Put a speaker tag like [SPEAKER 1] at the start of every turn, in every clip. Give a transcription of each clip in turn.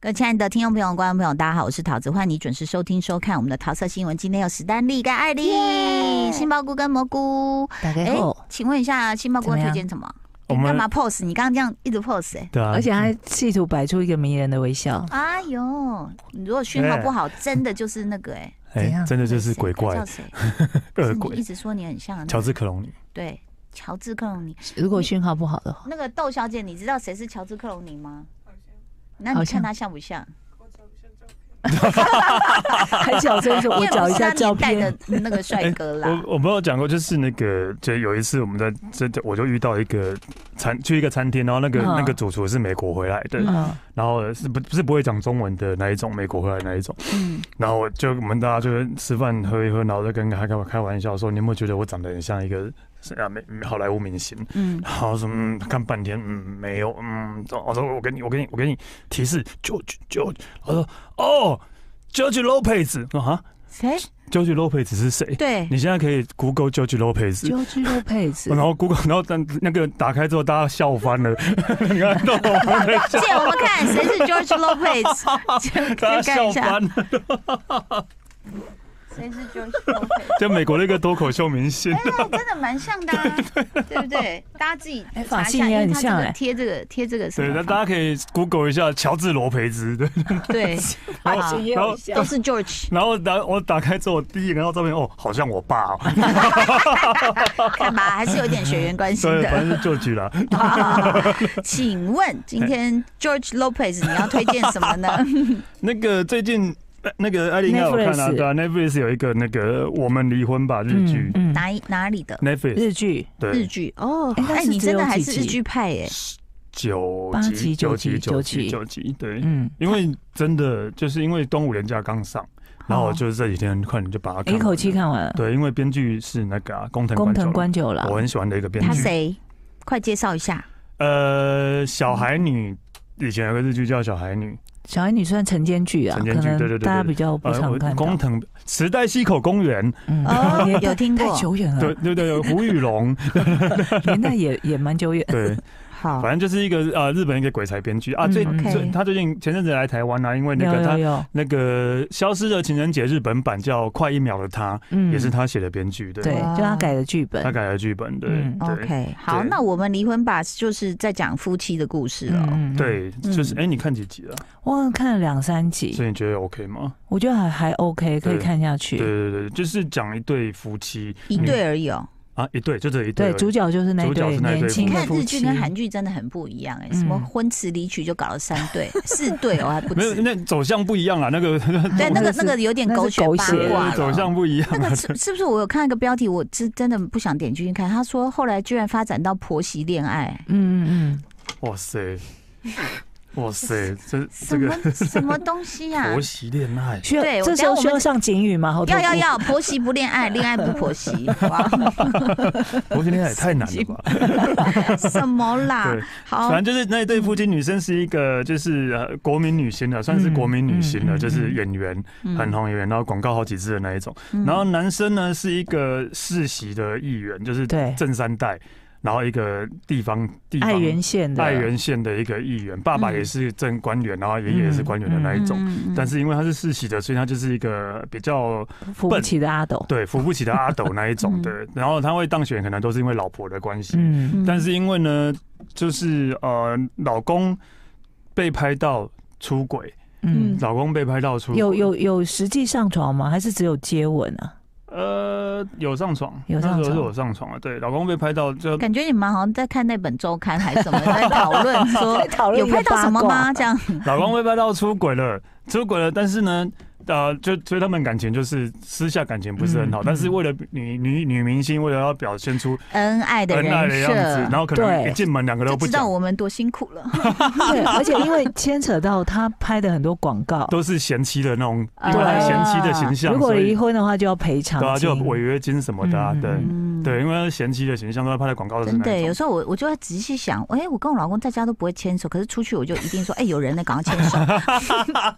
[SPEAKER 1] 各位亲爱的听众朋友、观众朋友，大家好，我是桃子，欢迎你准时收听、收看我们的桃色新闻。今天有史丹利跟艾丽、杏鲍菇跟蘑菇。
[SPEAKER 2] 打开
[SPEAKER 1] 哎
[SPEAKER 2] 后，，
[SPEAKER 1] 请问一下，杏鲍菇
[SPEAKER 2] 怎么
[SPEAKER 1] 推
[SPEAKER 2] 样
[SPEAKER 1] 荐什么？
[SPEAKER 3] 我
[SPEAKER 1] 你干
[SPEAKER 3] 们
[SPEAKER 1] 嘛 pose？你刚刚这样一直 pose 哎、
[SPEAKER 3] 对啊，
[SPEAKER 2] 而且还企图摆出一个迷人的微笑。
[SPEAKER 1] 哎呦，你如果讯号不好，真的就是那个哎、
[SPEAKER 2] 怎
[SPEAKER 3] 哎
[SPEAKER 2] 样，
[SPEAKER 3] 真的就是
[SPEAKER 1] 谁
[SPEAKER 3] 鬼怪
[SPEAKER 1] 他叫谁？
[SPEAKER 3] 恶
[SPEAKER 1] 是你一
[SPEAKER 3] 鬼，
[SPEAKER 1] 直说你很像那个
[SPEAKER 3] 乔治克隆尼，
[SPEAKER 1] 对乔治克隆尼。
[SPEAKER 2] 如果讯号不好 的话，
[SPEAKER 1] 那个窦小姐，你知道谁是乔治克隆尼吗？那
[SPEAKER 2] 好
[SPEAKER 1] 你
[SPEAKER 2] 像
[SPEAKER 1] 看他像不像？
[SPEAKER 2] 还小声说：“我找一下照
[SPEAKER 1] 因为
[SPEAKER 2] 片。哎
[SPEAKER 1] 不是他年代的那个帅哥 啦。
[SPEAKER 3] 我我没有讲过，就是那个，就有一次我们在这，这我就遇到一个餐去一个餐厅，然后那个、
[SPEAKER 2] 嗯
[SPEAKER 3] 那个主厨是美国回来的，
[SPEAKER 1] 嗯”
[SPEAKER 2] 嗯
[SPEAKER 3] 然后是不是不会讲中文的那一种，美国回来的那一种，
[SPEAKER 1] 嗯，
[SPEAKER 3] 然后我就我们大家就是吃饭喝一喝，然后就跟他开开玩笑说，你有没有觉得我长得很像一个是啊美好莱坞明星？
[SPEAKER 1] 嗯，
[SPEAKER 3] 然后什么、嗯、看半天，嗯，没有，嗯，我说我给你，我给你，我给你提示，George George，我说哦，George Lopez，我说啊
[SPEAKER 1] 谁？
[SPEAKER 3] ，George Lopez 是谁？
[SPEAKER 1] 对，
[SPEAKER 3] 你现在可以 Google George Lopez，
[SPEAKER 2] ，George Lopez，
[SPEAKER 3] 然后 Google，然后但那个打开之后，大家笑翻 了，你看到我们在
[SPEAKER 1] 借
[SPEAKER 3] 笑，
[SPEAKER 1] 我们看谁是 George Lopez，
[SPEAKER 3] 大家
[SPEAKER 1] 看一
[SPEAKER 3] 笑
[SPEAKER 1] 下
[SPEAKER 3] 翻了，
[SPEAKER 1] 谁是 George Lopez，
[SPEAKER 3] 就美国的一个脱口秀明星，
[SPEAKER 1] 哎真的蛮像的， 啊，对不对？大家自己
[SPEAKER 2] 哎
[SPEAKER 1] 查
[SPEAKER 2] 发
[SPEAKER 1] 一
[SPEAKER 2] 型
[SPEAKER 1] 下，因
[SPEAKER 2] 也
[SPEAKER 1] 为
[SPEAKER 2] 很
[SPEAKER 1] 他这
[SPEAKER 2] 像
[SPEAKER 1] 个
[SPEAKER 2] 哎
[SPEAKER 1] 贴这个贴这个什
[SPEAKER 3] 对，那
[SPEAKER 1] 么
[SPEAKER 3] 大
[SPEAKER 1] 方？
[SPEAKER 3] 家可以 Google 一下乔治罗培兹，对，
[SPEAKER 1] 对，
[SPEAKER 2] 发
[SPEAKER 1] 啊
[SPEAKER 2] 型也
[SPEAKER 3] 然
[SPEAKER 2] 有
[SPEAKER 3] 后
[SPEAKER 1] 都
[SPEAKER 2] 像。
[SPEAKER 1] 是 George，
[SPEAKER 3] 然后打我打开之后，第一眼看到照片，哦，好像我爸、 哦，
[SPEAKER 1] 看吧，还是有点血缘关系
[SPEAKER 3] 对，
[SPEAKER 1] 的。
[SPEAKER 3] 反正就 George 啦。
[SPEAKER 1] 啊请问今天 George Lopez 你要推荐什 么呢？
[SPEAKER 3] 那个最近呃那个艾丽应该有看啊，
[SPEAKER 2] Netflix
[SPEAKER 3] 对啊，Netflix 有一个那个《我们离婚吧》日剧、
[SPEAKER 2] 嗯，
[SPEAKER 1] 哪一哪里的
[SPEAKER 3] Netflix
[SPEAKER 2] 日剧
[SPEAKER 1] 日
[SPEAKER 3] 对
[SPEAKER 1] 剧？哦，
[SPEAKER 2] 哎它
[SPEAKER 1] 哎，
[SPEAKER 2] 是
[SPEAKER 1] 你
[SPEAKER 2] 只
[SPEAKER 1] 真的
[SPEAKER 2] 有
[SPEAKER 1] 还
[SPEAKER 2] 几
[SPEAKER 1] 是
[SPEAKER 2] 集
[SPEAKER 1] 日剧派耶？
[SPEAKER 3] 九
[SPEAKER 2] 八集
[SPEAKER 3] 九集
[SPEAKER 2] 九
[SPEAKER 3] 九
[SPEAKER 2] 集
[SPEAKER 3] 集九集对，
[SPEAKER 2] 嗯，
[SPEAKER 3] 因为真的就是因为端午连假刚上，然后我就是这几天快点就把它
[SPEAKER 2] 哦
[SPEAKER 3] 看
[SPEAKER 2] 一
[SPEAKER 3] 完
[SPEAKER 2] 口气看完了。
[SPEAKER 3] 对，因为编剧是那个啊工藤
[SPEAKER 2] 工藤
[SPEAKER 3] 官
[SPEAKER 2] 官九
[SPEAKER 3] 九郎
[SPEAKER 2] 郎
[SPEAKER 3] 我，很喜欢的一个编
[SPEAKER 1] 他
[SPEAKER 3] 剧，
[SPEAKER 1] 谁？快介绍一下。
[SPEAKER 3] 呃，小孩女。以前有个日剧叫《小孩女
[SPEAKER 2] 小孩女算晨间剧啊，
[SPEAKER 3] 晨间
[SPEAKER 2] 可
[SPEAKER 3] 剧对
[SPEAKER 2] 能
[SPEAKER 3] 对对对
[SPEAKER 2] 大家比较》，不
[SPEAKER 3] 呃，
[SPEAKER 2] 常
[SPEAKER 3] 我
[SPEAKER 2] 看
[SPEAKER 3] 工
[SPEAKER 2] 到。
[SPEAKER 3] 藤时代西口公园，
[SPEAKER 2] 嗯
[SPEAKER 1] 哦
[SPEAKER 2] 年代
[SPEAKER 1] 有听过
[SPEAKER 2] 太久远
[SPEAKER 3] 对
[SPEAKER 2] 了，
[SPEAKER 3] 对对，有胡玉龙，
[SPEAKER 2] 年代也也蛮久 远。
[SPEAKER 3] 对，
[SPEAKER 1] 好
[SPEAKER 3] 反，正就是一个呃日本一个鬼才编剧啊，
[SPEAKER 2] 嗯
[SPEAKER 3] 最
[SPEAKER 2] OK 嗯
[SPEAKER 3] 最他最近前阵子来台湾啊，因为那
[SPEAKER 2] 有
[SPEAKER 3] 个
[SPEAKER 2] 有
[SPEAKER 3] 他
[SPEAKER 2] 有，
[SPEAKER 3] 那个消失的情人节日本版叫《快一秒的他》，
[SPEAKER 2] 嗯
[SPEAKER 3] 也是他写的编剧，对，
[SPEAKER 2] 对，
[SPEAKER 1] 哇
[SPEAKER 2] 就他改的剧本
[SPEAKER 3] 他。改的剧本，对
[SPEAKER 2] 嗯
[SPEAKER 3] 对
[SPEAKER 1] OK，好，
[SPEAKER 3] 对
[SPEAKER 1] 那我们离婚吧，就是在讲夫妻的故事哦。
[SPEAKER 2] 嗯，
[SPEAKER 3] 对，
[SPEAKER 1] 嗯
[SPEAKER 3] 就是哎，你看几集了？
[SPEAKER 2] 我看了两三集，
[SPEAKER 3] 所以你觉得 OK 吗？
[SPEAKER 2] 我觉得还还 OK，可以
[SPEAKER 3] 对
[SPEAKER 2] 看下
[SPEAKER 3] 对
[SPEAKER 2] 去。
[SPEAKER 3] 对对，就是讲一对夫妻
[SPEAKER 1] 一对而已哦。
[SPEAKER 3] 啊，一对就这一对而
[SPEAKER 2] 对，
[SPEAKER 3] 已，
[SPEAKER 2] 主角就是那
[SPEAKER 3] 主角
[SPEAKER 2] 对
[SPEAKER 3] 是那一对
[SPEAKER 2] 年
[SPEAKER 3] 嗯
[SPEAKER 2] 轻
[SPEAKER 3] 夫
[SPEAKER 2] 的
[SPEAKER 1] 看
[SPEAKER 2] 夫
[SPEAKER 1] 日剧
[SPEAKER 2] 妻。
[SPEAKER 1] 跟韩剧真的很不一样哎，
[SPEAKER 2] 嗯
[SPEAKER 1] 什么婚词离曲就搞了三对四对哦，还不
[SPEAKER 3] 没有
[SPEAKER 1] 止。
[SPEAKER 3] 那走向不一样啊，那个
[SPEAKER 1] 对，那个
[SPEAKER 2] 那是
[SPEAKER 1] 那个有点狗血
[SPEAKER 2] 那
[SPEAKER 1] 八
[SPEAKER 2] 是狗血
[SPEAKER 1] 卦了
[SPEAKER 3] 走向不一样
[SPEAKER 1] 那
[SPEAKER 3] 啊
[SPEAKER 1] 个，是是不是我有看一个标题，我是真的不想点进去看。他说后来居然发展到婆媳恋爱，
[SPEAKER 2] 嗯嗯
[SPEAKER 3] 哇塞，哇塞，这
[SPEAKER 1] 什
[SPEAKER 3] 这
[SPEAKER 1] 么啊
[SPEAKER 3] 个
[SPEAKER 1] 什么东西呀、
[SPEAKER 3] 婆媳恋爱
[SPEAKER 2] 嗯，。需要
[SPEAKER 1] 对我
[SPEAKER 2] 这时
[SPEAKER 1] 等下我
[SPEAKER 2] 候需
[SPEAKER 1] 们
[SPEAKER 2] 要上警语吗？好痛
[SPEAKER 1] 要
[SPEAKER 2] 苦
[SPEAKER 1] 要，要，婆媳不恋爱，恋爱不婆媳， 哇，
[SPEAKER 3] 婆媳恋爱也太难了吧？
[SPEAKER 1] 什么啦
[SPEAKER 3] 对？
[SPEAKER 2] 哦
[SPEAKER 1] 好
[SPEAKER 3] 反，正就是那一对夫妻，女生是一个就是呃国民女星了，算是国民女星
[SPEAKER 2] 嗯嗯
[SPEAKER 3] 了，
[SPEAKER 2] 嗯
[SPEAKER 3] 就是演员，
[SPEAKER 1] 嗯
[SPEAKER 3] 很红演员，然后广告好几支的那一种。
[SPEAKER 1] 嗯
[SPEAKER 3] 然后男生呢是一个世袭的议员，就是
[SPEAKER 2] 对
[SPEAKER 3] 正三代，然后一个地方地方
[SPEAKER 2] 爱媛县的
[SPEAKER 3] 爱媛县的一个议员，爸爸
[SPEAKER 1] 嗯
[SPEAKER 3] 也是正官员，然后爷
[SPEAKER 2] 嗯
[SPEAKER 3] 爷也是官员的那一种。
[SPEAKER 1] 嗯嗯嗯
[SPEAKER 3] 但是因为他是世袭的，所以他就是一个比较
[SPEAKER 2] 扶不起的阿斗。
[SPEAKER 3] 对扶不起的阿斗那一种的。然后他会当选，可能都是因为老婆的关系。
[SPEAKER 2] 嗯，
[SPEAKER 1] 嗯
[SPEAKER 3] 但是因为呢，就是呃，老公被拍到出轨，
[SPEAKER 2] 嗯
[SPEAKER 1] 嗯，
[SPEAKER 3] 老公被拍到出轨
[SPEAKER 2] 有有有实际上床吗？还是只有接吻啊？
[SPEAKER 3] 呃有上床，
[SPEAKER 2] 有上床
[SPEAKER 3] 那时候是有上床啊，对，老公被拍到 就
[SPEAKER 1] 感觉你们好像在看那本周刊还是什么，在讨论 说
[SPEAKER 2] 讨
[SPEAKER 1] 有拍到什么吗？这样，
[SPEAKER 3] 老公被拍到出轨了，出轨了，但是呢。呃，就所以他们感情就是私下感情不是很好，
[SPEAKER 2] 嗯
[SPEAKER 3] 但是为了女女女明星，为了要表现出
[SPEAKER 1] 恩爱的
[SPEAKER 3] 恩爱
[SPEAKER 1] 人
[SPEAKER 3] 的样子，
[SPEAKER 1] 设
[SPEAKER 3] 然，后可能
[SPEAKER 2] 对
[SPEAKER 3] 一进门两个都
[SPEAKER 1] 就
[SPEAKER 3] 不
[SPEAKER 1] 知道
[SPEAKER 3] 讲，
[SPEAKER 1] 我们多辛苦 了。
[SPEAKER 2] 对，而且 因为牵扯到他拍的很多广告，
[SPEAKER 3] 都是贤妻的那种，
[SPEAKER 1] 啊
[SPEAKER 3] 因为他贤妻的形象，
[SPEAKER 2] 哎如果
[SPEAKER 3] 所以
[SPEAKER 2] 离婚的话就要赔偿
[SPEAKER 3] 对啊，就有
[SPEAKER 2] 金
[SPEAKER 3] 违约金什么的啊，
[SPEAKER 2] 嗯嗯
[SPEAKER 1] 嗯
[SPEAKER 3] 对对，因为他贤妻的形象都在拍的哎广告都是
[SPEAKER 1] 真
[SPEAKER 3] 那
[SPEAKER 1] 的，
[SPEAKER 3] 一种
[SPEAKER 1] 有时候我我就会仔细想，哎、我跟我老公在家 都不会牵手，可是出去我就一定说，哎、有人呢，赶快牵手，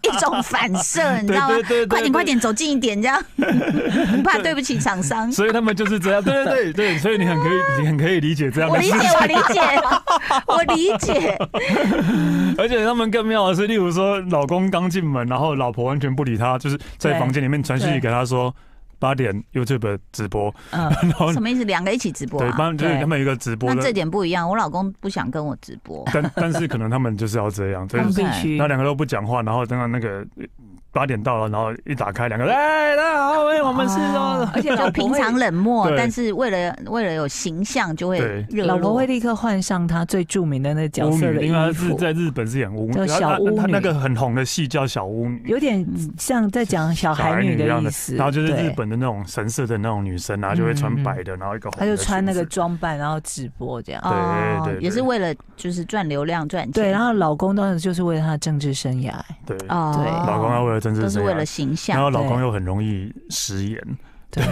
[SPEAKER 1] 一种反射，你知道吗？吗
[SPEAKER 3] 对？对对，
[SPEAKER 1] 快点快
[SPEAKER 3] 点。
[SPEAKER 1] 点走近一点，这样很怕对不起厂 商。
[SPEAKER 3] 所以他们就是这样，对对对对，所以你很可以，你很可以理解这样
[SPEAKER 1] 我
[SPEAKER 3] 的
[SPEAKER 1] 理
[SPEAKER 3] 事
[SPEAKER 1] 解，
[SPEAKER 3] 情。
[SPEAKER 1] 我理解，我理解。
[SPEAKER 3] 而且他们更妙的是，例如说，老公刚进门，然后老婆完全不理他，就是在
[SPEAKER 2] 对
[SPEAKER 3] 房间里面传讯息
[SPEAKER 2] 对
[SPEAKER 3] 给他说八点 YouTube 直播，
[SPEAKER 2] 嗯，
[SPEAKER 3] 然后
[SPEAKER 1] 什么意思？两个一起直播
[SPEAKER 3] 对，
[SPEAKER 1] 啊？
[SPEAKER 3] 帮就是
[SPEAKER 2] 对
[SPEAKER 3] 他们有一个直播
[SPEAKER 1] 那
[SPEAKER 3] 的
[SPEAKER 1] 这，点不一样，我老公不想跟我直播。
[SPEAKER 3] 但但是可能他们就是要这样，就
[SPEAKER 2] 他
[SPEAKER 3] 是
[SPEAKER 2] 们必须
[SPEAKER 3] 然后两个都不讲话，然后等到那个八点到了，然后一打开，两个哎，大家好，哎，我们是
[SPEAKER 2] 哦而且
[SPEAKER 1] 就平常冷漠，
[SPEAKER 3] 对
[SPEAKER 1] 但是为了为了有形象就会
[SPEAKER 3] 对
[SPEAKER 1] 热
[SPEAKER 2] 老
[SPEAKER 1] 络
[SPEAKER 2] 婆会立刻换上她最著名的那角
[SPEAKER 3] 巫
[SPEAKER 2] 色
[SPEAKER 3] 女，
[SPEAKER 2] 的
[SPEAKER 3] 因为她
[SPEAKER 2] 衣
[SPEAKER 3] 啊是
[SPEAKER 2] 服，
[SPEAKER 3] 在日本是演巫女，
[SPEAKER 2] 叫
[SPEAKER 3] 她
[SPEAKER 2] 小
[SPEAKER 3] 她
[SPEAKER 2] 巫
[SPEAKER 3] 她那
[SPEAKER 2] 女
[SPEAKER 3] 个很红的戏叫小巫女。
[SPEAKER 2] 有点像在讲小
[SPEAKER 3] 嗯小
[SPEAKER 2] 孩
[SPEAKER 3] 女
[SPEAKER 2] 女
[SPEAKER 3] 一样
[SPEAKER 2] 的
[SPEAKER 3] 的
[SPEAKER 2] 意思。
[SPEAKER 3] 然后就是
[SPEAKER 2] 对嗯
[SPEAKER 3] 日，本的那种神社的那种女生啊，就会穿白的，然后一个红
[SPEAKER 2] 她
[SPEAKER 3] 的
[SPEAKER 2] 就穿那个
[SPEAKER 3] 裙子
[SPEAKER 2] 装扮，然后直播这样。
[SPEAKER 3] 对
[SPEAKER 1] 哦
[SPEAKER 3] 对对
[SPEAKER 1] 也是为了就是赚流量赚钱。
[SPEAKER 2] 对，然后老公当然就是为了她的政治生 涯，
[SPEAKER 3] 对，
[SPEAKER 1] 哦，
[SPEAKER 2] 对
[SPEAKER 3] 老公要为了政治
[SPEAKER 1] 都是
[SPEAKER 3] 生涯
[SPEAKER 1] 为了形
[SPEAKER 3] 然
[SPEAKER 1] 象
[SPEAKER 3] 后老公
[SPEAKER 2] 对
[SPEAKER 3] 又很容易食言，
[SPEAKER 2] 对，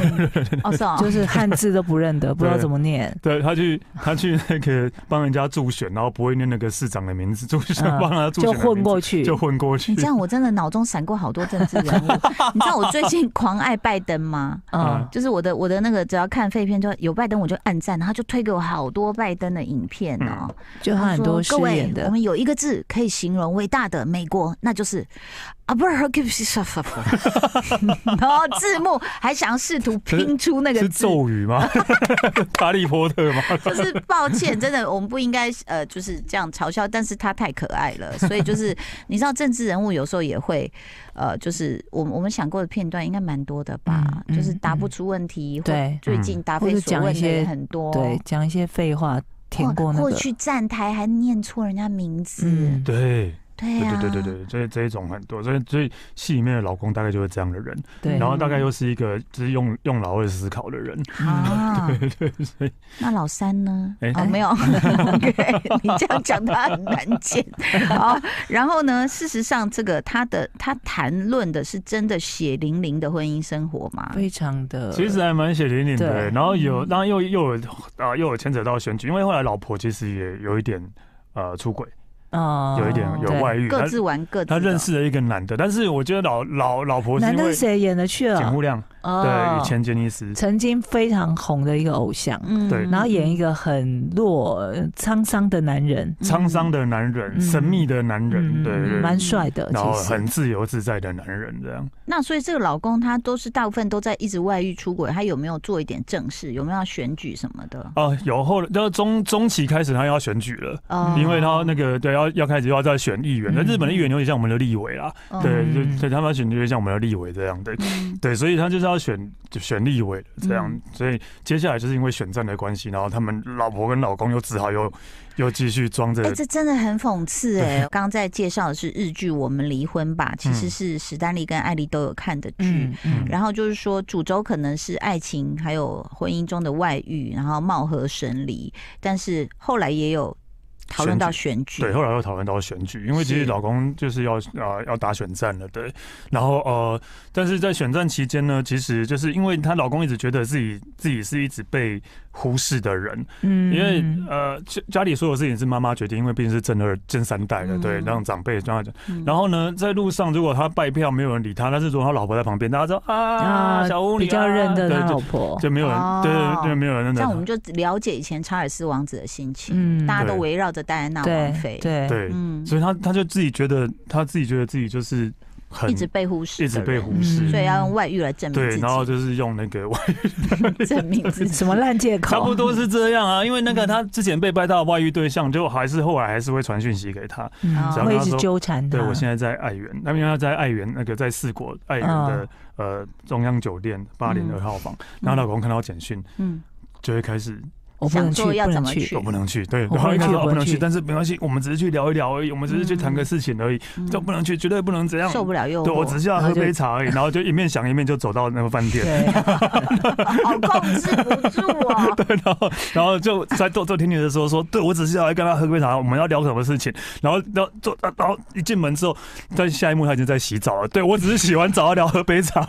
[SPEAKER 1] 哦，是哦，
[SPEAKER 2] 就是汉字都不认 得，不知道
[SPEAKER 3] 对
[SPEAKER 2] 怎么念。
[SPEAKER 3] 对他去他去那个帮人家助选，然后不会念那个市长的名字，助选
[SPEAKER 2] 嗯
[SPEAKER 3] 帮他助选
[SPEAKER 2] 就
[SPEAKER 3] 的
[SPEAKER 2] 混
[SPEAKER 3] 名
[SPEAKER 2] 过
[SPEAKER 3] 字
[SPEAKER 2] 去
[SPEAKER 3] 就混过去
[SPEAKER 1] 你这。样我真的脑中闪过好多政治 人物。你知道我最近狂爱拜登吗？
[SPEAKER 2] 嗯
[SPEAKER 3] 啊，
[SPEAKER 1] 就是我的我的那个，只要看废片就有拜登，我就按赞，然后就推给我好多拜登的影片
[SPEAKER 3] 嗯
[SPEAKER 1] 哦。
[SPEAKER 2] 就他
[SPEAKER 1] 他
[SPEAKER 2] 很
[SPEAKER 1] 说
[SPEAKER 2] 多饰
[SPEAKER 1] 各位
[SPEAKER 2] 演，
[SPEAKER 1] 我
[SPEAKER 2] 的，
[SPEAKER 1] 们有一个字可以形容伟大的美国，那 就是啊，不是 h e r c u l e 然后字幕还想试图拼出那个
[SPEAKER 3] 是
[SPEAKER 1] 字，
[SPEAKER 3] 咒语吗？ 哈利波特吗？
[SPEAKER 1] 就是抱歉，真的我们不应该呃就是这样嘲笑，但是他太可爱了，所以就是你知道政治人物有时候也会呃，就是我们我们想过的片段应该蛮多的吧，
[SPEAKER 2] 嗯嗯
[SPEAKER 1] 就是答不出问题，或
[SPEAKER 2] 对
[SPEAKER 1] 最近答非所问的也很多，
[SPEAKER 2] 对，讲一些废话，填过那
[SPEAKER 1] 或
[SPEAKER 2] 个
[SPEAKER 1] 或，去站台还念错人家名字，
[SPEAKER 2] 嗯
[SPEAKER 3] 对，
[SPEAKER 1] 对
[SPEAKER 3] 对
[SPEAKER 1] 呀、啊，
[SPEAKER 3] 对对
[SPEAKER 2] 哎
[SPEAKER 3] 对对，所以这一种很多，所以所以戏里面的老公大概就是这样的人，
[SPEAKER 2] 对
[SPEAKER 3] 然，后大概又是一个就是用用脑会思考 的人，
[SPEAKER 1] 啊，
[SPEAKER 3] 嗯对对，所以
[SPEAKER 1] 那老三呢？
[SPEAKER 3] 哎
[SPEAKER 1] 哦，没 有，OK，你这样讲他很难见。好，然后呢？事实上，这个他的他谈论的是真的血淋淋的婚姻生活吗？
[SPEAKER 2] 非常的，
[SPEAKER 3] 其实还蛮血淋淋的。欸
[SPEAKER 2] 对嗯
[SPEAKER 3] 然后有，然后又又有啊，又有牵扯到选举，因为后来老婆其实也有一点呃出轨，
[SPEAKER 2] 啊
[SPEAKER 3] 有一点有
[SPEAKER 2] 对
[SPEAKER 3] 外遇，
[SPEAKER 1] 各
[SPEAKER 3] 她
[SPEAKER 1] 自玩各自的。
[SPEAKER 3] 她嗯认识了一个男的，但是我觉得老老老婆是
[SPEAKER 2] 男
[SPEAKER 3] 因
[SPEAKER 2] 的
[SPEAKER 3] 为
[SPEAKER 2] 是谁演的去
[SPEAKER 3] 简
[SPEAKER 2] 了？
[SPEAKER 3] 户亮
[SPEAKER 2] 哦
[SPEAKER 3] 对以前杰尼斯，
[SPEAKER 2] 曾经非常红的一个偶像，
[SPEAKER 1] 嗯，
[SPEAKER 3] 对
[SPEAKER 2] 然后演一个很弱、呃沧桑的男人，
[SPEAKER 3] 嗯沧桑的男人，
[SPEAKER 2] 嗯
[SPEAKER 3] 神秘的男人，
[SPEAKER 2] 嗯
[SPEAKER 3] 对对对。
[SPEAKER 2] 蛮帅的，
[SPEAKER 3] 然后
[SPEAKER 2] 其
[SPEAKER 3] 很
[SPEAKER 2] 实嗯
[SPEAKER 3] 自由自在的男人，这样
[SPEAKER 1] 那所以这个老公他都是大部分都在一直外遇出轨，他有没有做一点正事？有没有要选举什么的？
[SPEAKER 3] 哦、有后，然后中中期开始他要选举了，
[SPEAKER 1] 哦
[SPEAKER 3] 因为他那个对要要开始要再选议员，那、
[SPEAKER 2] 嗯
[SPEAKER 3] 日本的议员有点像我们的立委啦，
[SPEAKER 1] 哦
[SPEAKER 3] 对，就
[SPEAKER 2] 嗯
[SPEAKER 3] 对他们要选就有点像我们的立委这样，对
[SPEAKER 1] 嗯
[SPEAKER 3] 对，所以他就是要选就选立委这样，
[SPEAKER 1] 嗯
[SPEAKER 3] 所以接下来就是因为选战的关系，然后他们老婆跟老公又只好又又继续装着
[SPEAKER 1] 哎、，这真的很讽刺哎、我刚刚在介绍的是日剧《我们离婚吧》，其实
[SPEAKER 3] 嗯
[SPEAKER 1] 是史丹利跟艾莉都有看的剧。
[SPEAKER 2] 嗯嗯
[SPEAKER 1] 然后就是说，主轴可能是爱情，还有婚姻中的外遇，然后貌合神离。但是后来也有讨论到选举，
[SPEAKER 3] 对，后来又讨论到选举，因为其实
[SPEAKER 1] 是
[SPEAKER 3] 老公就是要啊、要打选战了，对。然后呃，但是在选战期间呢，其实就是因为她老公一直觉得自己自己是一直被忽视的人，
[SPEAKER 2] 嗯
[SPEAKER 3] 因为呃家家里所有事情是妈妈决定，因为毕竟是正二正三代的，对，
[SPEAKER 1] 嗯
[SPEAKER 3] 让长辈让他讲。
[SPEAKER 1] 嗯
[SPEAKER 3] 然后呢，在路上如果他拜票没有人理他，但是如果他老婆在旁边，大家说啊
[SPEAKER 2] 啊
[SPEAKER 3] 小巫女、啊、
[SPEAKER 2] 比较认得
[SPEAKER 3] 对
[SPEAKER 2] 他
[SPEAKER 3] 就
[SPEAKER 2] 老婆，
[SPEAKER 3] 就没有人，对
[SPEAKER 1] 哦
[SPEAKER 3] 对对，没有人认
[SPEAKER 1] 这
[SPEAKER 3] 得
[SPEAKER 1] 样我们
[SPEAKER 3] 他。
[SPEAKER 1] 就了解以前查尔斯王子的心情，
[SPEAKER 2] 嗯
[SPEAKER 1] 大家都
[SPEAKER 3] 对
[SPEAKER 1] 围绕着戴安娜王妃
[SPEAKER 2] 对，对，
[SPEAKER 3] 对，
[SPEAKER 1] 嗯，
[SPEAKER 3] 所以他他就自己觉得他自己觉得自己就是很
[SPEAKER 1] 一直被忽视，
[SPEAKER 3] 一直被忽视
[SPEAKER 2] 嗯，
[SPEAKER 1] 所以要用外遇来证明自
[SPEAKER 3] 对，
[SPEAKER 1] 己，
[SPEAKER 3] 然后就是用那 个，
[SPEAKER 1] 证明 自己
[SPEAKER 2] 什么烂借口，
[SPEAKER 3] 差不多是这样啊，因为
[SPEAKER 2] 嗯
[SPEAKER 3] 那个他之前被拜到的外遇对象，就还是后来还是会传讯息给他，
[SPEAKER 2] 嗯
[SPEAKER 1] 然后
[SPEAKER 2] 会一
[SPEAKER 3] 他
[SPEAKER 2] 直
[SPEAKER 3] 说
[SPEAKER 2] 纠缠他。
[SPEAKER 3] 对我现在在爱媛，那因为他在爱媛那个在四国爱媛的呃中央酒店八零
[SPEAKER 1] 嗯
[SPEAKER 3] 二号房，然后老公看到简讯
[SPEAKER 1] 嗯，
[SPEAKER 3] 就会开始
[SPEAKER 2] 我不能
[SPEAKER 1] 想说
[SPEAKER 2] 去，
[SPEAKER 1] 要
[SPEAKER 2] 不
[SPEAKER 1] 怎
[SPEAKER 2] 能
[SPEAKER 1] 么去
[SPEAKER 2] 去
[SPEAKER 3] 我，不能去，对，
[SPEAKER 2] 我
[SPEAKER 3] 然后
[SPEAKER 2] 不能
[SPEAKER 3] 一开始
[SPEAKER 2] 去我
[SPEAKER 3] 哦
[SPEAKER 2] 不
[SPEAKER 3] 不
[SPEAKER 2] 能
[SPEAKER 3] 能去，
[SPEAKER 2] 去
[SPEAKER 3] 但是没关系，我们只是去聊一聊而已，我们只是去谈个事情而已，
[SPEAKER 1] 嗯
[SPEAKER 3] 就不能去，绝对不能这样，
[SPEAKER 1] 受不了诱惑，
[SPEAKER 3] 对我只是要
[SPEAKER 2] 然后
[SPEAKER 3] 喝
[SPEAKER 2] 就
[SPEAKER 3] 杯茶而已，然后就一面想一面就走到那个饭店，
[SPEAKER 2] 对，
[SPEAKER 1] 好控制不住哦。
[SPEAKER 3] 然后然后就在做做甜点的时候说，对我只是要来跟他喝杯茶，我们要聊什么事情。然后然后做，啊然后一进门之后，在下一幕他已经在洗澡了。对我只是洗完澡要聊喝杯茶，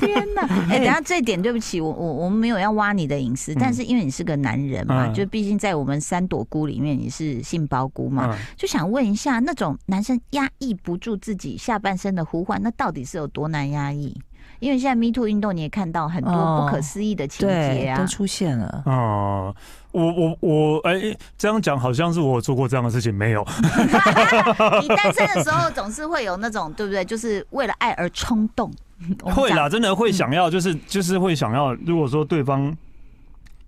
[SPEAKER 1] 天哪！哎、等一下这一点对不起，我我我们没有要挖你你的隐私，
[SPEAKER 3] 嗯
[SPEAKER 1] 但是因为你是个男人嘛，
[SPEAKER 3] 嗯
[SPEAKER 1] 就毕竟在我们三朵菇里面你是杏鲍菇嘛，
[SPEAKER 3] 嗯，
[SPEAKER 1] 就想问一下，那种男生压抑不住自己下半身的呼唤，那到底是有多难压抑？因为现在 Me Too 运动，你也看到很多
[SPEAKER 2] 哦
[SPEAKER 1] 不可思议的情节
[SPEAKER 2] 对，
[SPEAKER 1] 啊
[SPEAKER 2] 都，出现了。
[SPEAKER 3] 哦、我我我，哎、这样讲好像是我做过这样的事情，没有，
[SPEAKER 1] 你单身的时候总是会有那种，对不对？就是为了爱而冲动，我们
[SPEAKER 3] 会
[SPEAKER 1] 讲
[SPEAKER 3] 啦，真的会想要，就是就是会想要，如果说对方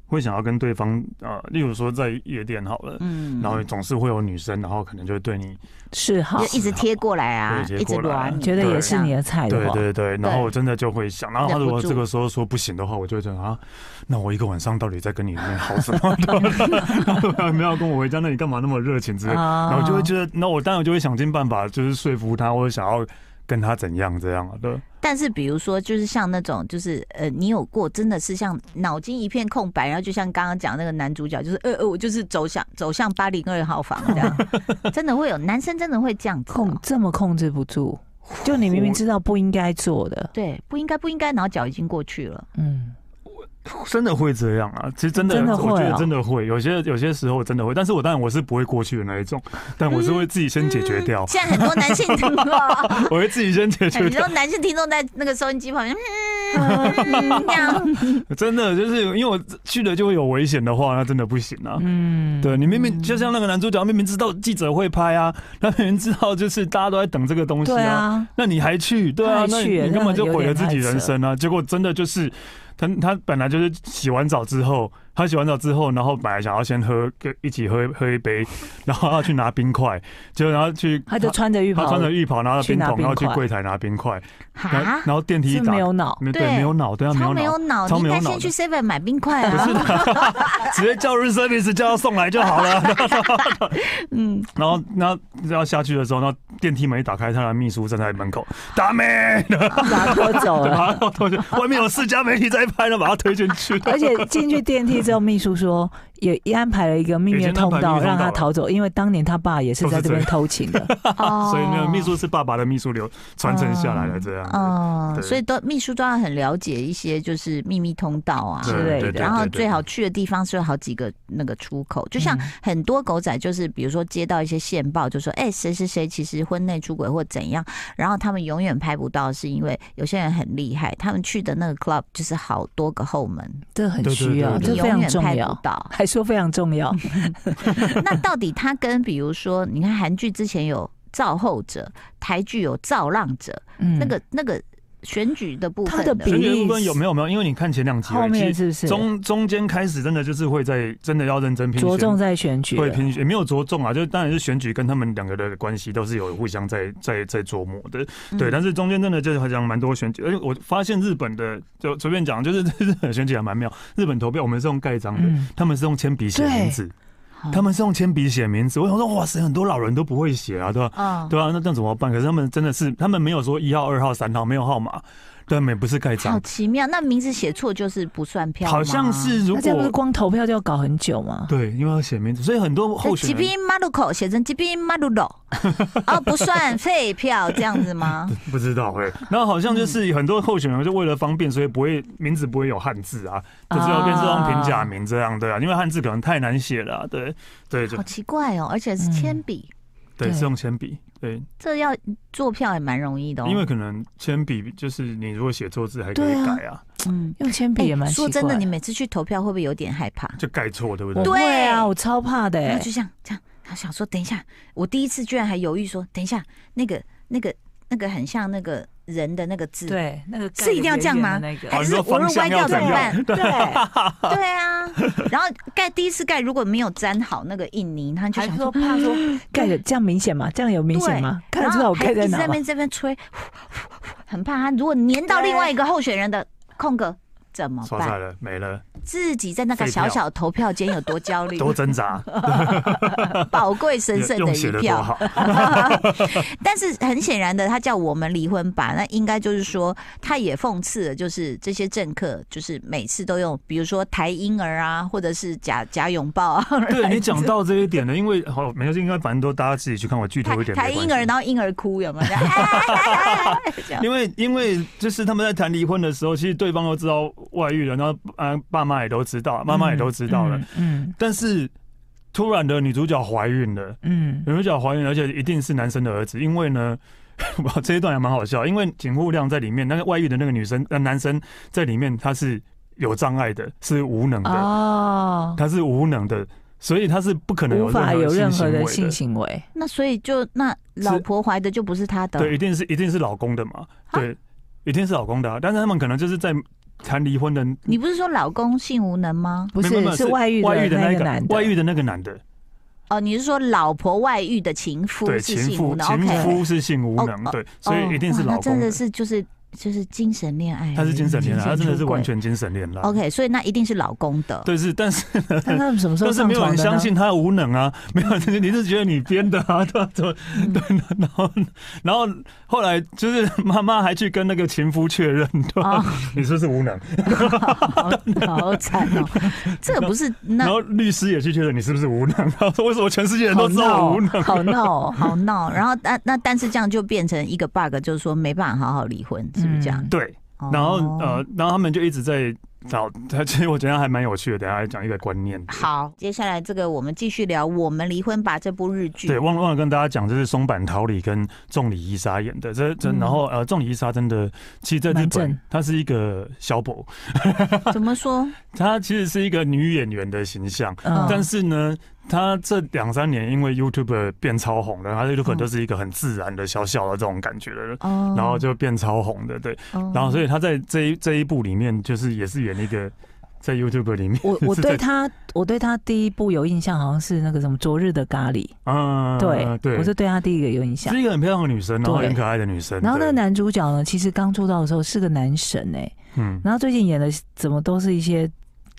[SPEAKER 3] 会想要跟对方，呃，例如说在夜店好了，
[SPEAKER 1] 嗯
[SPEAKER 3] 然后总是会有女生，然后可能就会对你，
[SPEAKER 2] 是好
[SPEAKER 1] 就，一直贴过来啊，
[SPEAKER 3] 对
[SPEAKER 1] 一直
[SPEAKER 3] 贴过来
[SPEAKER 1] 暖你，
[SPEAKER 2] 觉得也是
[SPEAKER 1] 这
[SPEAKER 2] 你
[SPEAKER 1] 样。
[SPEAKER 2] 的菜的
[SPEAKER 3] 对
[SPEAKER 2] 话，
[SPEAKER 3] 对对，然后我真的就会想，然后他
[SPEAKER 1] 忍不
[SPEAKER 3] 如果
[SPEAKER 1] 住
[SPEAKER 3] 这个时候说不行的话，我就会觉得啊，那我一个晚上到底在跟你里面好什么？ 对，没有跟我回家，那你干嘛那么热情之类的？
[SPEAKER 2] 啊
[SPEAKER 3] 然后我就会觉得，那我当然就会想尽办法，就是说服他，或者想要跟他怎样这样啊，对。
[SPEAKER 1] 但是比如说，就是像那种，就是呃，你有过真的是像脑筋一片空白，然后就像刚刚讲那个男主角，就是呃呃，我就是走向走向八零二号房这 样，真的会有男生真的会这样子哦、
[SPEAKER 2] 控这么控制不住，就你明明知道不应该做的，
[SPEAKER 1] 对，不应该不应该，然后脚已经过去了，
[SPEAKER 2] 嗯，
[SPEAKER 3] 真的会这样啊！其实真的，
[SPEAKER 2] 真的
[SPEAKER 3] 我
[SPEAKER 2] 会
[SPEAKER 3] 觉得
[SPEAKER 2] 啊
[SPEAKER 3] 真的会，有些有些时候真的会，但是我当然我是不会过去的那一种，但我是会自己先解决掉
[SPEAKER 1] 嗯，现在很多男性听 众，哎
[SPEAKER 3] 我会自己先解决
[SPEAKER 1] 很
[SPEAKER 2] 哎
[SPEAKER 3] 掉。
[SPEAKER 1] 多男性听众在那个收音机旁边， 嗯，这样，
[SPEAKER 3] 真的就是因为我去了就会有危险的话，那真的不行啊。
[SPEAKER 2] 嗯，
[SPEAKER 3] 对你明明就像那个男主角，明明知道记者会拍啊， 他明明知道就是大家都在等这个东西
[SPEAKER 2] 对
[SPEAKER 3] 啊，
[SPEAKER 2] 啊，
[SPEAKER 3] 那你还去？对啊，
[SPEAKER 2] 他
[SPEAKER 3] 那
[SPEAKER 2] 还去
[SPEAKER 3] 你根本就
[SPEAKER 2] 那有
[SPEAKER 3] 毁了
[SPEAKER 2] 点
[SPEAKER 3] 自己人生啊！结果真的就是，他他本来就是洗完澡之后，他洗完澡之后，然后本来想要先喝跟一起喝喝一杯， 然后要去拿冰块，结果然后去
[SPEAKER 2] 他就穿着浴
[SPEAKER 3] 他
[SPEAKER 2] 袍，
[SPEAKER 3] 穿着浴袍拿着
[SPEAKER 2] 去
[SPEAKER 3] 冰
[SPEAKER 2] 拿
[SPEAKER 3] 桶，
[SPEAKER 2] 冰
[SPEAKER 3] 然后去
[SPEAKER 2] 块啊
[SPEAKER 3] 柜台拿冰块，然后
[SPEAKER 1] 哈，
[SPEAKER 3] 然后电梯一
[SPEAKER 2] 是
[SPEAKER 3] 打
[SPEAKER 2] 没，有脑，
[SPEAKER 3] 没对
[SPEAKER 1] 对
[SPEAKER 3] 没有脑，对啊，
[SPEAKER 1] 超
[SPEAKER 3] 没
[SPEAKER 1] 没
[SPEAKER 3] 有
[SPEAKER 1] 有脑，
[SPEAKER 3] 脑，超
[SPEAKER 1] 你
[SPEAKER 3] 没
[SPEAKER 1] 应
[SPEAKER 3] 有
[SPEAKER 1] 该
[SPEAKER 3] 脑
[SPEAKER 1] 先
[SPEAKER 3] 的
[SPEAKER 1] 去 Seven 买冰块
[SPEAKER 3] 不
[SPEAKER 1] 啊，
[SPEAKER 3] 是的，直接叫 room service 叫他送来就好了。
[SPEAKER 1] 嗯，
[SPEAKER 3] 然后那要下去的时候，那电梯门一打开，他的秘书站在门口，达妹。
[SPEAKER 2] 把他拖走
[SPEAKER 3] 对
[SPEAKER 2] 了。
[SPEAKER 3] 把他同学，外面有四家媒体在拍了，把他推进 去。
[SPEAKER 2] 而且进去电梯之后，秘书说也也安排了一个秘密的通
[SPEAKER 3] 已经安排
[SPEAKER 2] 道
[SPEAKER 3] 秘密通道了
[SPEAKER 2] 让他逃走，因为当年他爸也是在这边偷情的。
[SPEAKER 1] 哦
[SPEAKER 3] 所以那个秘书是爸爸的秘书流传承下来的这样子。
[SPEAKER 2] 嗯
[SPEAKER 1] 哦，
[SPEAKER 3] 对
[SPEAKER 1] 所以都秘书都要很了解一些就是秘密通道啊
[SPEAKER 3] 对
[SPEAKER 2] 之类的
[SPEAKER 3] 对对对
[SPEAKER 1] 然后
[SPEAKER 3] 对对
[SPEAKER 1] 最好去的地方是有好几个那个出口，就像
[SPEAKER 2] 嗯
[SPEAKER 1] 很多狗仔就是，比如说接到一些线报，就说哎谁谁谁其实婚内出轨或怎样，然后他们永远拍不到，是因为有些人很厉害，他们去的那个 club 就是好多个后门，
[SPEAKER 2] 这很需要，
[SPEAKER 3] 对
[SPEAKER 1] 你
[SPEAKER 2] 哦这非
[SPEAKER 1] 永
[SPEAKER 2] 常
[SPEAKER 1] 远
[SPEAKER 2] 重
[SPEAKER 1] 拍不
[SPEAKER 2] 要。
[SPEAKER 1] 到。
[SPEAKER 2] 还说非常重 要，
[SPEAKER 1] 那到底他跟比如说，你看韩剧之前有造后者，台剧有造浪者，
[SPEAKER 2] 嗯
[SPEAKER 1] 那个那个选举的部
[SPEAKER 2] 他
[SPEAKER 1] 分
[SPEAKER 2] 的
[SPEAKER 1] 呢
[SPEAKER 2] 比
[SPEAKER 3] 所以
[SPEAKER 2] 例
[SPEAKER 3] 部分有没有没有？因为你看前两集而
[SPEAKER 2] 后
[SPEAKER 3] 已，其
[SPEAKER 2] 面
[SPEAKER 3] 实
[SPEAKER 2] 是不是
[SPEAKER 3] 中中间开始真的就是会在真的要认真拼
[SPEAKER 2] 着
[SPEAKER 3] 选
[SPEAKER 2] 重在选举了？
[SPEAKER 3] 会拼也没有着重啊，就当然是选举跟他们两个的关系都是有互相在在在琢磨的，
[SPEAKER 1] 嗯
[SPEAKER 3] 对。但是中间真的就是好像蛮多选举，而且呃我发现日本的就随便讲，就是 日本选举还蛮妙。日本投票我们是用盖章的，
[SPEAKER 2] 嗯
[SPEAKER 3] 他们是用铅笔写名字，他们是用铅笔写名字。我想说，哇塞，很多老人都不会写啊，对吧？
[SPEAKER 1] 嗯，
[SPEAKER 3] 对啊，那这样怎么办？可是他们真的是，他们没有说一号、二号、三号，没有号码，对，没不是盖
[SPEAKER 1] 好
[SPEAKER 3] 章，
[SPEAKER 1] 奇妙。那名字写错就是不算票吗，
[SPEAKER 3] 好像是如
[SPEAKER 2] 那这样不是
[SPEAKER 3] 果
[SPEAKER 2] 光投票就要搞很久吗？
[SPEAKER 3] 对，因为要写名字，所以很多候
[SPEAKER 1] 吉
[SPEAKER 3] 选人
[SPEAKER 1] 宾马路口写成吉宾马路口，哦，不算废票这样子吗？
[SPEAKER 3] 不知道哎、 然后好像就是很多候选人就为了方便，所以不会名字不会有汉字啊，
[SPEAKER 2] 嗯
[SPEAKER 3] 就是要变成用平假名这样对啊，因为汉字可能太难写了、啊，对对就
[SPEAKER 1] 好奇怪哦，而且是铅笔，
[SPEAKER 3] 对
[SPEAKER 2] 对
[SPEAKER 3] 是用铅笔。对，
[SPEAKER 1] 这要做票也蛮容易的哦。
[SPEAKER 3] 因为可能铅笔就是你如果写错字还可以
[SPEAKER 2] 对啊
[SPEAKER 3] 改啊，
[SPEAKER 1] 嗯，
[SPEAKER 2] 用铅笔也蛮
[SPEAKER 1] 哎
[SPEAKER 2] 奇怪。
[SPEAKER 1] 说真的，你每次去投票会不会有点害怕？
[SPEAKER 3] 就盖错对不
[SPEAKER 2] 我
[SPEAKER 3] 对？
[SPEAKER 2] 会啊，我超怕的、
[SPEAKER 1] 然后
[SPEAKER 2] 欸
[SPEAKER 1] 就。这样这样，他想说等一下，我第一次居然还犹豫说等一下，那个那个那个很像那个人的那个字，
[SPEAKER 2] 对，那个
[SPEAKER 1] 是一定要这样吗
[SPEAKER 2] 那个
[SPEAKER 3] 好
[SPEAKER 1] 还是
[SPEAKER 3] 你说
[SPEAKER 1] 我
[SPEAKER 3] 方
[SPEAKER 1] 若
[SPEAKER 3] 向
[SPEAKER 1] 歪掉
[SPEAKER 3] 要
[SPEAKER 1] 怎
[SPEAKER 3] 怎
[SPEAKER 1] 么办
[SPEAKER 3] 样？
[SPEAKER 2] 对，
[SPEAKER 1] 对啊，然后盖第一次盖如果没有粘好那个印泥，他就
[SPEAKER 2] 还
[SPEAKER 1] 想
[SPEAKER 2] 说
[SPEAKER 1] 说。
[SPEAKER 2] 怕说盖的这样明显吗？这样有明显吗？看得
[SPEAKER 1] 然
[SPEAKER 2] 出来
[SPEAKER 1] 后
[SPEAKER 2] 我
[SPEAKER 1] 还
[SPEAKER 2] 盖
[SPEAKER 1] 一
[SPEAKER 2] 在
[SPEAKER 1] 直
[SPEAKER 2] 哪
[SPEAKER 1] 在那
[SPEAKER 2] 吗？嗯
[SPEAKER 1] 边这边吹， 很怕他如果粘到另外一个候选人的空格怎么
[SPEAKER 3] 刷菜
[SPEAKER 1] 办？
[SPEAKER 3] 了没了，
[SPEAKER 1] 自己在那个小小投票间有多焦 虑？
[SPEAKER 3] 多挣扎，
[SPEAKER 1] 宝贵神圣
[SPEAKER 3] 用
[SPEAKER 1] 的
[SPEAKER 3] 写
[SPEAKER 1] 一
[SPEAKER 3] 的多
[SPEAKER 1] 票。
[SPEAKER 3] 好，
[SPEAKER 1] 但是很显然的，他叫我们离婚吧，那应该就是说，他也讽刺了，就是这些政客，就是每次都用，比如说抬婴儿啊，或者是假假拥抱啊，
[SPEAKER 3] 对你讲到这一点呢，因为好没关系，应该反正都大家自己去看，我剧
[SPEAKER 1] 抬
[SPEAKER 3] 透一点
[SPEAKER 1] 抬
[SPEAKER 3] 没关
[SPEAKER 1] 婴
[SPEAKER 3] 系
[SPEAKER 1] 儿，然后婴儿哭，有没有？ 这样哎哎哎哎这样
[SPEAKER 3] 因为因为就是他们在谈离婚的时候，其实对方都知道外遇了，然后呃爸妈妈也都知道，妈妈也都知道了。
[SPEAKER 2] 嗯，
[SPEAKER 3] 但是突然的女主角怀孕了，
[SPEAKER 2] 嗯嗯
[SPEAKER 3] 女主角怀孕，而且一定是男生的儿子，因为呢。 哇，这一段还蛮好笑，因为警户亮在里面，那个外遇的那个女生，呃，男生在里面他是有障碍的，是无能的，
[SPEAKER 2] 哦，
[SPEAKER 3] 他是无能的，所以他是不可能有
[SPEAKER 2] 无法有任
[SPEAKER 3] 任
[SPEAKER 2] 何
[SPEAKER 3] 何
[SPEAKER 2] 的
[SPEAKER 3] 性行
[SPEAKER 2] 性
[SPEAKER 3] 为
[SPEAKER 2] 行为，
[SPEAKER 1] 那所以就那老婆怀的就不是他的，
[SPEAKER 3] 对，一定是一定是老公的嘛，
[SPEAKER 1] 啊
[SPEAKER 3] 对，一定是老公的、啊，但是他们可能就是在谈离婚的
[SPEAKER 1] 你不是说老公性无能吗？
[SPEAKER 2] 不
[SPEAKER 3] 没有没
[SPEAKER 2] 是
[SPEAKER 3] 有
[SPEAKER 2] 是
[SPEAKER 3] 是
[SPEAKER 2] 外遇
[SPEAKER 3] 外遇的
[SPEAKER 2] 那
[SPEAKER 3] 个
[SPEAKER 2] 男的，
[SPEAKER 3] 外遇的那个男的，
[SPEAKER 1] 哦，你是说老婆外遇的情夫
[SPEAKER 3] 对，
[SPEAKER 1] 是
[SPEAKER 3] 情
[SPEAKER 1] 性无
[SPEAKER 3] 夫
[SPEAKER 1] 能
[SPEAKER 3] 情
[SPEAKER 1] ？OK，
[SPEAKER 3] 夫是性无
[SPEAKER 1] 哦
[SPEAKER 3] 能，
[SPEAKER 1] 哦
[SPEAKER 3] 对，所以一定是
[SPEAKER 1] 哇
[SPEAKER 3] 老
[SPEAKER 1] 那真
[SPEAKER 3] 公
[SPEAKER 1] 的
[SPEAKER 3] 的，
[SPEAKER 1] 是就是就是精神恋爱，
[SPEAKER 3] 他是精神恋爱，他真的是
[SPEAKER 1] 出轨
[SPEAKER 3] 完。全精神恋爱。
[SPEAKER 1] OK，所以那一定是老公的。
[SPEAKER 3] 对，是，但是
[SPEAKER 2] 那他们什么时候
[SPEAKER 3] 但是
[SPEAKER 2] 上
[SPEAKER 3] 没有
[SPEAKER 2] 床
[SPEAKER 3] 人
[SPEAKER 2] 的
[SPEAKER 3] 相
[SPEAKER 2] 呢？
[SPEAKER 3] 信他无能啊，没有， 人，你是觉得你编的啊，对吧？怎么
[SPEAKER 1] 嗯
[SPEAKER 3] 对？ 然后然后后来就是妈妈还去跟那个情夫确认，对吧？
[SPEAKER 1] 哦，
[SPEAKER 3] 你是不是无能？
[SPEAKER 1] 好好惨哦！这个不是 那
[SPEAKER 3] 然后律师也去确认你是不是无能， 然后说为什么全世界人都
[SPEAKER 2] 好
[SPEAKER 3] 知道
[SPEAKER 2] 闹
[SPEAKER 3] 我无能？
[SPEAKER 2] 哦，好闹哦，
[SPEAKER 1] 好闹，然后但那但是这样就变成一个 bug，就是说没办法好好离婚，是不是这样？
[SPEAKER 2] 嗯
[SPEAKER 3] 对，
[SPEAKER 1] 哦
[SPEAKER 3] 然后呃，然后他们就一直在找他， 其实我觉得还蛮有趣的，等一下来讲一个观念。
[SPEAKER 2] 啊
[SPEAKER 1] 好，接下来这个我们继续聊《我们离婚吧》这部日剧。
[SPEAKER 3] 对，忘了忘了跟大家讲，这是松坂桃李跟重里伊沙演的。这这，
[SPEAKER 2] 嗯
[SPEAKER 3] 然后呃，重里伊沙真的，其实在日
[SPEAKER 2] 蛮
[SPEAKER 3] 本
[SPEAKER 2] 正，
[SPEAKER 3] 她是一个小宝，
[SPEAKER 1] 怎么说？
[SPEAKER 3] 她其实是一个女演员的形象。
[SPEAKER 2] 嗯
[SPEAKER 3] 但 是呢，她这两三年因为 YouTube 变超红了，她 YouTube
[SPEAKER 1] 嗯
[SPEAKER 3] 就是一个很自然的、小小的这种感觉的人，
[SPEAKER 2] 嗯
[SPEAKER 1] 哦
[SPEAKER 3] 然后就变超红的。对，
[SPEAKER 1] 哦
[SPEAKER 3] 然后所以她在这一这一部里面，就是也是演一个在 YouTube 里面，
[SPEAKER 2] 我我
[SPEAKER 3] 是在
[SPEAKER 2] 对他，我对他第一部有印象，好像是那个什么《昨日的咖喱
[SPEAKER 3] 嗯，》，
[SPEAKER 2] 对，
[SPEAKER 3] 对，
[SPEAKER 2] 我是对他第一个有印象
[SPEAKER 3] 是。一个很漂亮的女生，然后
[SPEAKER 2] 对
[SPEAKER 3] 很可爱的女生。
[SPEAKER 2] 然后那
[SPEAKER 3] 对
[SPEAKER 2] 个男主角呢，其实刚出道的时候是个男神哎、
[SPEAKER 3] 嗯。，
[SPEAKER 2] 然后最近演的怎么都是一些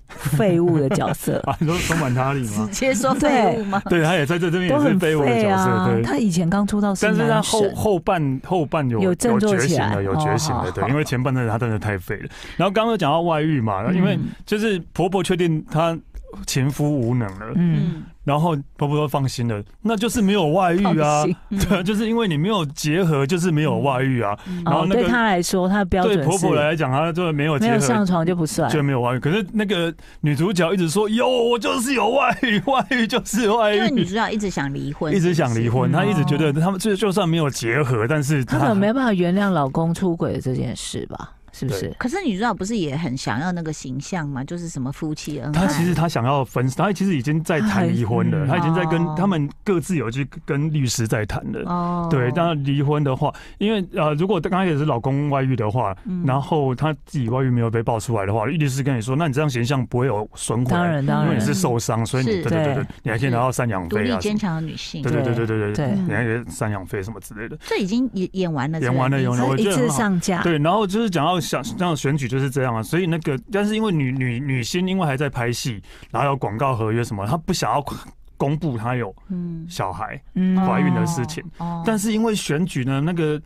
[SPEAKER 2] 废物的角色
[SPEAKER 3] 啊，你说松满塔里
[SPEAKER 1] 直
[SPEAKER 3] 吗？
[SPEAKER 1] 接说废物吗？
[SPEAKER 3] 对，他也在这这边
[SPEAKER 2] 都
[SPEAKER 3] 也是
[SPEAKER 2] 很
[SPEAKER 3] 废物的
[SPEAKER 2] 废
[SPEAKER 3] 角色，
[SPEAKER 2] 啊
[SPEAKER 3] 对。。
[SPEAKER 2] 他以前刚出道是
[SPEAKER 3] 但是他
[SPEAKER 2] 男
[SPEAKER 3] 后
[SPEAKER 2] 神，
[SPEAKER 3] 后半后半有
[SPEAKER 2] 有振作
[SPEAKER 3] 觉
[SPEAKER 2] 起
[SPEAKER 3] 醒
[SPEAKER 2] 来
[SPEAKER 3] 了，有觉醒
[SPEAKER 2] 哦
[SPEAKER 3] 了，
[SPEAKER 2] 好
[SPEAKER 3] 对
[SPEAKER 2] 好，
[SPEAKER 3] 因为前半段他真的太废了。然后刚刚有讲到外遇嘛，
[SPEAKER 2] 嗯
[SPEAKER 3] 因为就是婆婆确定她前夫无能了，
[SPEAKER 2] 嗯，
[SPEAKER 1] 嗯，
[SPEAKER 3] 然后婆婆说放心了，那就是没有外遇啊
[SPEAKER 2] 放心，
[SPEAKER 1] 嗯
[SPEAKER 3] 对，就是因为你没有结合，就是没有外遇啊。
[SPEAKER 1] 嗯
[SPEAKER 3] 然后
[SPEAKER 2] 哦，
[SPEAKER 3] 那个
[SPEAKER 2] 对他来说，他的标
[SPEAKER 3] 对
[SPEAKER 2] 准
[SPEAKER 3] 婆
[SPEAKER 2] 是
[SPEAKER 3] 婆来讲，她就是没有
[SPEAKER 2] 没
[SPEAKER 3] 结
[SPEAKER 2] 有
[SPEAKER 3] 合
[SPEAKER 2] 上床就不算，
[SPEAKER 3] 就没有外遇。可是那个女主角一直说有，我就是有外遇，外遇就是外
[SPEAKER 1] 因为女
[SPEAKER 3] 遇。
[SPEAKER 1] 主角一直想离婚，
[SPEAKER 3] 哎一直想离婚，
[SPEAKER 2] 嗯
[SPEAKER 3] 她一直觉得他们就就算没有结合，但是
[SPEAKER 2] 他
[SPEAKER 3] 她
[SPEAKER 2] 可 能没办法原谅老公出轨的这件事吧？是不是
[SPEAKER 3] 对？
[SPEAKER 1] 可是女主角不是也很想要那个形象吗？就是什么夫妻恩爱，
[SPEAKER 3] 她其实她想要分，她其实已经在谈离婚了，
[SPEAKER 2] 嗯
[SPEAKER 3] 她已经在跟
[SPEAKER 1] 哦
[SPEAKER 3] 他们各自有去跟律师在谈了。
[SPEAKER 1] 哦，
[SPEAKER 3] 对，当然离婚的话，因为呃，如果刚开始是老公外遇的话，
[SPEAKER 1] 嗯
[SPEAKER 3] 然后她自己外遇没有被爆出来的话，律师跟你说，那你这样形象不会有损毁，
[SPEAKER 2] 当然当
[SPEAKER 3] 因为
[SPEAKER 2] 然
[SPEAKER 3] 你是受伤，所以你
[SPEAKER 1] 是
[SPEAKER 3] 对对对
[SPEAKER 2] 对
[SPEAKER 3] 对，你还可以拿到赡养
[SPEAKER 1] 独
[SPEAKER 3] 费
[SPEAKER 1] 立
[SPEAKER 3] 啊什么的，
[SPEAKER 1] 坚强的女性，嗯
[SPEAKER 3] 对对对对对
[SPEAKER 2] 对
[SPEAKER 3] 你还可以赡养费什么之类的。
[SPEAKER 1] 这已经演演完了，
[SPEAKER 3] 演完了
[SPEAKER 1] 是不是
[SPEAKER 3] 演完了我
[SPEAKER 2] 啊一
[SPEAKER 3] 觉得
[SPEAKER 2] 次
[SPEAKER 3] 很好
[SPEAKER 2] 上架，
[SPEAKER 3] 对，然后就是讲到想这样选举就是这样啊，所以那个，但是因为女女女星因为还在拍戏，然后有广告合约什么，她不想要公布她有
[SPEAKER 1] 嗯，
[SPEAKER 3] 小孩，
[SPEAKER 2] 嗯
[SPEAKER 3] 怀孕的事情
[SPEAKER 1] 哦，
[SPEAKER 3] 但
[SPEAKER 1] 是
[SPEAKER 3] 是因为选举呢，那个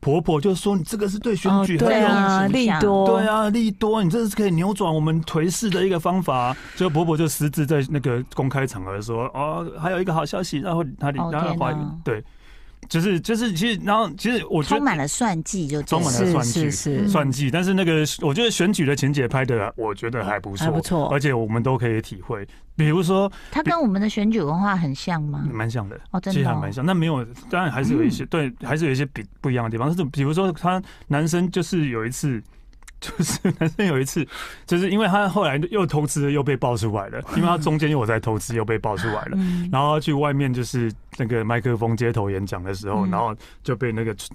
[SPEAKER 3] 婆婆就说你这个是对选
[SPEAKER 2] 哦
[SPEAKER 3] 举很
[SPEAKER 2] 对
[SPEAKER 3] 有。
[SPEAKER 2] 啊，
[SPEAKER 1] 很有影
[SPEAKER 2] 利
[SPEAKER 1] 响
[SPEAKER 2] 多，
[SPEAKER 3] 对啊，利多，你这是可以扭转我们颓势的一个方法、啊。所以婆婆就私自在那个公开场合说：“哦，还有一个好消息，然后她
[SPEAKER 1] 哦
[SPEAKER 3] 然后
[SPEAKER 1] 天
[SPEAKER 3] 怀孕
[SPEAKER 1] 哪，
[SPEAKER 3] 对，就是就是，其实然后其实我觉
[SPEAKER 1] 充
[SPEAKER 3] 得
[SPEAKER 1] 满了算计，就对
[SPEAKER 3] 充满了
[SPEAKER 1] 了
[SPEAKER 3] 算
[SPEAKER 2] 是
[SPEAKER 3] 计
[SPEAKER 2] 是
[SPEAKER 1] 嗯
[SPEAKER 2] 是，
[SPEAKER 3] 算计，但是那个我觉得选举的情节拍的，我觉得还不
[SPEAKER 2] 还
[SPEAKER 3] 错，
[SPEAKER 2] 不错
[SPEAKER 3] 而。且我们都可以体会，比如说
[SPEAKER 1] 它跟我们的选举文化很像吗？
[SPEAKER 3] 蛮像的，
[SPEAKER 1] 哦，真
[SPEAKER 3] 嗯其实
[SPEAKER 1] 的
[SPEAKER 3] 还
[SPEAKER 1] 哦、
[SPEAKER 3] 蛮像，那没有，当然还是有一些、对，还是有一些比不一样的地方。就是比如说他男生就是有一次。 就是男生有一次，就是因为他后来又偷吃了又被爆出来了，因为他中间又有在偷吃又被爆出来了，
[SPEAKER 1] 嗯，
[SPEAKER 3] 然后他去外面就是那个麦克风街头演讲的时候，
[SPEAKER 1] 嗯
[SPEAKER 3] 然后就被那个住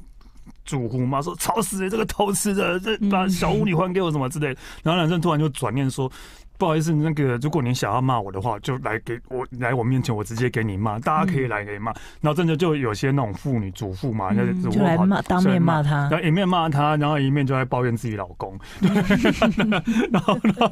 [SPEAKER 3] 住户骂说吵死了，欸这个偷吃的，这
[SPEAKER 1] 嗯
[SPEAKER 3] 把小屋你还给我什么之类的。然后男生突然就转念说。不好意思，那个，如果你想要骂我的话，就来给我来我面前，我直接给你骂，大家可以来给你骂。然后真的就有些那种妇女主妇嘛，
[SPEAKER 1] 嗯
[SPEAKER 3] 就是主
[SPEAKER 2] 嗯就
[SPEAKER 3] 妇
[SPEAKER 2] 来
[SPEAKER 3] 好，
[SPEAKER 2] 骂，当面骂他
[SPEAKER 3] 然，后一面骂她，然后一面就在抱怨自己老公，然后然后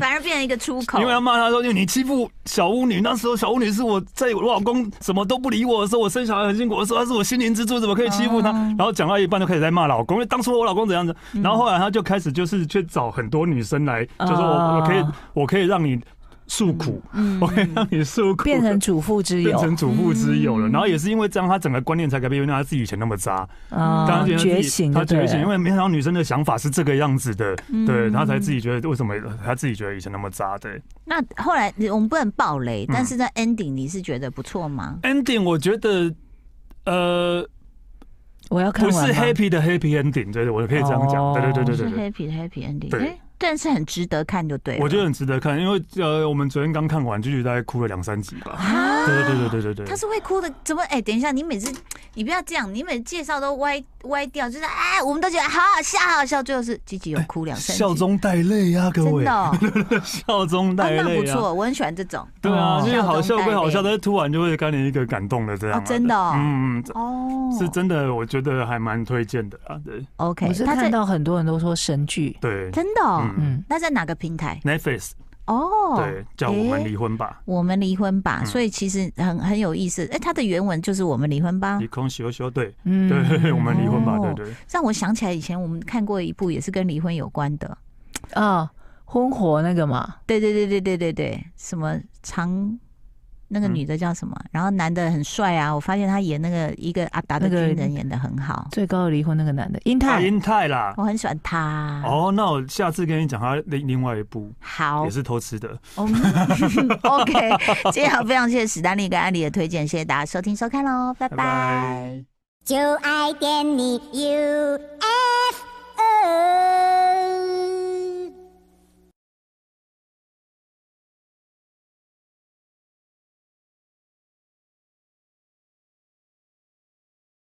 [SPEAKER 1] 反而变成一个出口
[SPEAKER 3] 因。为他啊骂他说：“你欺负小巫女。”那时候小巫女是我在我老公什么都不理我的时候，我生小孩很辛苦的时候，她是我心灵支柱，怎么可以欺负她？
[SPEAKER 1] 哦
[SPEAKER 2] 嗯
[SPEAKER 3] 然后讲到一半就开始在骂老公，因为当初我老公怎样子。然后后来他就开始就是去找很多女生来，就说我我可以
[SPEAKER 2] 哦
[SPEAKER 3] 我可以让你。诉苦，
[SPEAKER 1] 嗯
[SPEAKER 3] 我可以让你诉苦，
[SPEAKER 2] 变成主妇之
[SPEAKER 3] 变
[SPEAKER 2] 友
[SPEAKER 3] 成主妇之友了。
[SPEAKER 1] 嗯
[SPEAKER 3] 然后也是因为这样，他整个观念才改变，因为他自己以前那么渣，
[SPEAKER 2] 啊
[SPEAKER 3] 当然，
[SPEAKER 2] 觉醒
[SPEAKER 3] 他
[SPEAKER 2] 就对
[SPEAKER 3] 觉
[SPEAKER 2] 了，
[SPEAKER 3] 醒，因为没想到女生的想法是这个样子的，
[SPEAKER 1] 嗯
[SPEAKER 3] 对，他才自己觉得为什么他自己觉得以前那么渣，对。
[SPEAKER 1] 那后来我们不能爆雷，
[SPEAKER 3] 嗯
[SPEAKER 1] 但是在 ending 你是觉得不错吗？
[SPEAKER 3] ending 我觉得，呃，
[SPEAKER 2] 我要看
[SPEAKER 3] 不
[SPEAKER 2] 完
[SPEAKER 3] 是
[SPEAKER 2] 吗
[SPEAKER 3] happy 的 happy ending，对对，我可以这样讲，
[SPEAKER 2] 哦
[SPEAKER 3] 对对对
[SPEAKER 1] 是
[SPEAKER 3] 对对
[SPEAKER 1] happy 的 happy ending，
[SPEAKER 3] 对
[SPEAKER 1] 哎，但是很值得看就对
[SPEAKER 3] 对，
[SPEAKER 1] 了。
[SPEAKER 3] 我觉得很值得看，因为呃，我们昨天刚看完，就是大概哭了两三集吧，
[SPEAKER 1] 啊
[SPEAKER 3] 对对对对对对
[SPEAKER 1] 他
[SPEAKER 3] 对。
[SPEAKER 1] 是会哭的，怎么？哎、等一下，你每次你不要这样，你每次介绍都歪歪掉，就是哎，我们都觉得好好笑，好好笑，最后是吉吉有哭两声、
[SPEAKER 3] 笑中带泪啊，各
[SPEAKER 1] 真
[SPEAKER 3] 位
[SPEAKER 1] 的、，哦
[SPEAKER 3] 笑中
[SPEAKER 1] 啊
[SPEAKER 3] 带
[SPEAKER 1] 那不
[SPEAKER 3] 泪啊，
[SPEAKER 1] 错，我很喜欢这种
[SPEAKER 3] 对啊，
[SPEAKER 2] 哦
[SPEAKER 3] 就是好笑归好
[SPEAKER 1] 笑中
[SPEAKER 3] 笑，
[SPEAKER 1] 带泪
[SPEAKER 3] 但是突然就会给你一个感动的这样啊，
[SPEAKER 1] 哦真的哦
[SPEAKER 3] 嗯，嗯
[SPEAKER 1] 哦
[SPEAKER 3] 嗯，是真的，我觉得还蛮推荐的啊，对
[SPEAKER 1] OK，
[SPEAKER 2] 我是
[SPEAKER 1] 他
[SPEAKER 2] 看
[SPEAKER 1] 在
[SPEAKER 2] 到很多人都说神剧，
[SPEAKER 3] 对，
[SPEAKER 1] 真的、哦，
[SPEAKER 3] 嗯
[SPEAKER 2] 嗯，
[SPEAKER 1] 那在哪个平台？
[SPEAKER 3] ，Netflix
[SPEAKER 1] 哦，
[SPEAKER 3] 对，叫我们
[SPEAKER 1] 诶
[SPEAKER 3] 离婚吧，
[SPEAKER 1] 我们离婚吧，
[SPEAKER 3] 嗯
[SPEAKER 1] 所以其实很很有意思。哎、他的原文就是我们离婚吧
[SPEAKER 3] 离，空修修，对
[SPEAKER 2] 嗯，
[SPEAKER 3] 对，我们离婚吧，
[SPEAKER 1] 哦
[SPEAKER 3] 对对，
[SPEAKER 1] 让我想起来以前我们看过一部也是跟离婚有关的。
[SPEAKER 2] 啊，婚活那个嘛，
[SPEAKER 1] 对对对对对对对，什么长那个
[SPEAKER 3] 嗯
[SPEAKER 1] 女的叫什么？然后男的很帅啊，我发现他演那个一个阿达的
[SPEAKER 2] 那个
[SPEAKER 1] 军人演的很好，
[SPEAKER 2] 最高的离婚那个男的，英
[SPEAKER 3] 大
[SPEAKER 2] 泰，
[SPEAKER 3] 英泰啦，
[SPEAKER 1] 我很喜欢他。
[SPEAKER 3] 哦，那我下次跟你讲他另另外一部
[SPEAKER 1] 好
[SPEAKER 3] 也是偷吃的，
[SPEAKER 1] 哦 ，OK，今天好非常谢谢史丹利跟安利的推荐，谢谢大家收听收看喽，拜
[SPEAKER 3] 拜
[SPEAKER 1] 拜
[SPEAKER 3] 拜。
[SPEAKER 4] 就爱点你 UFO。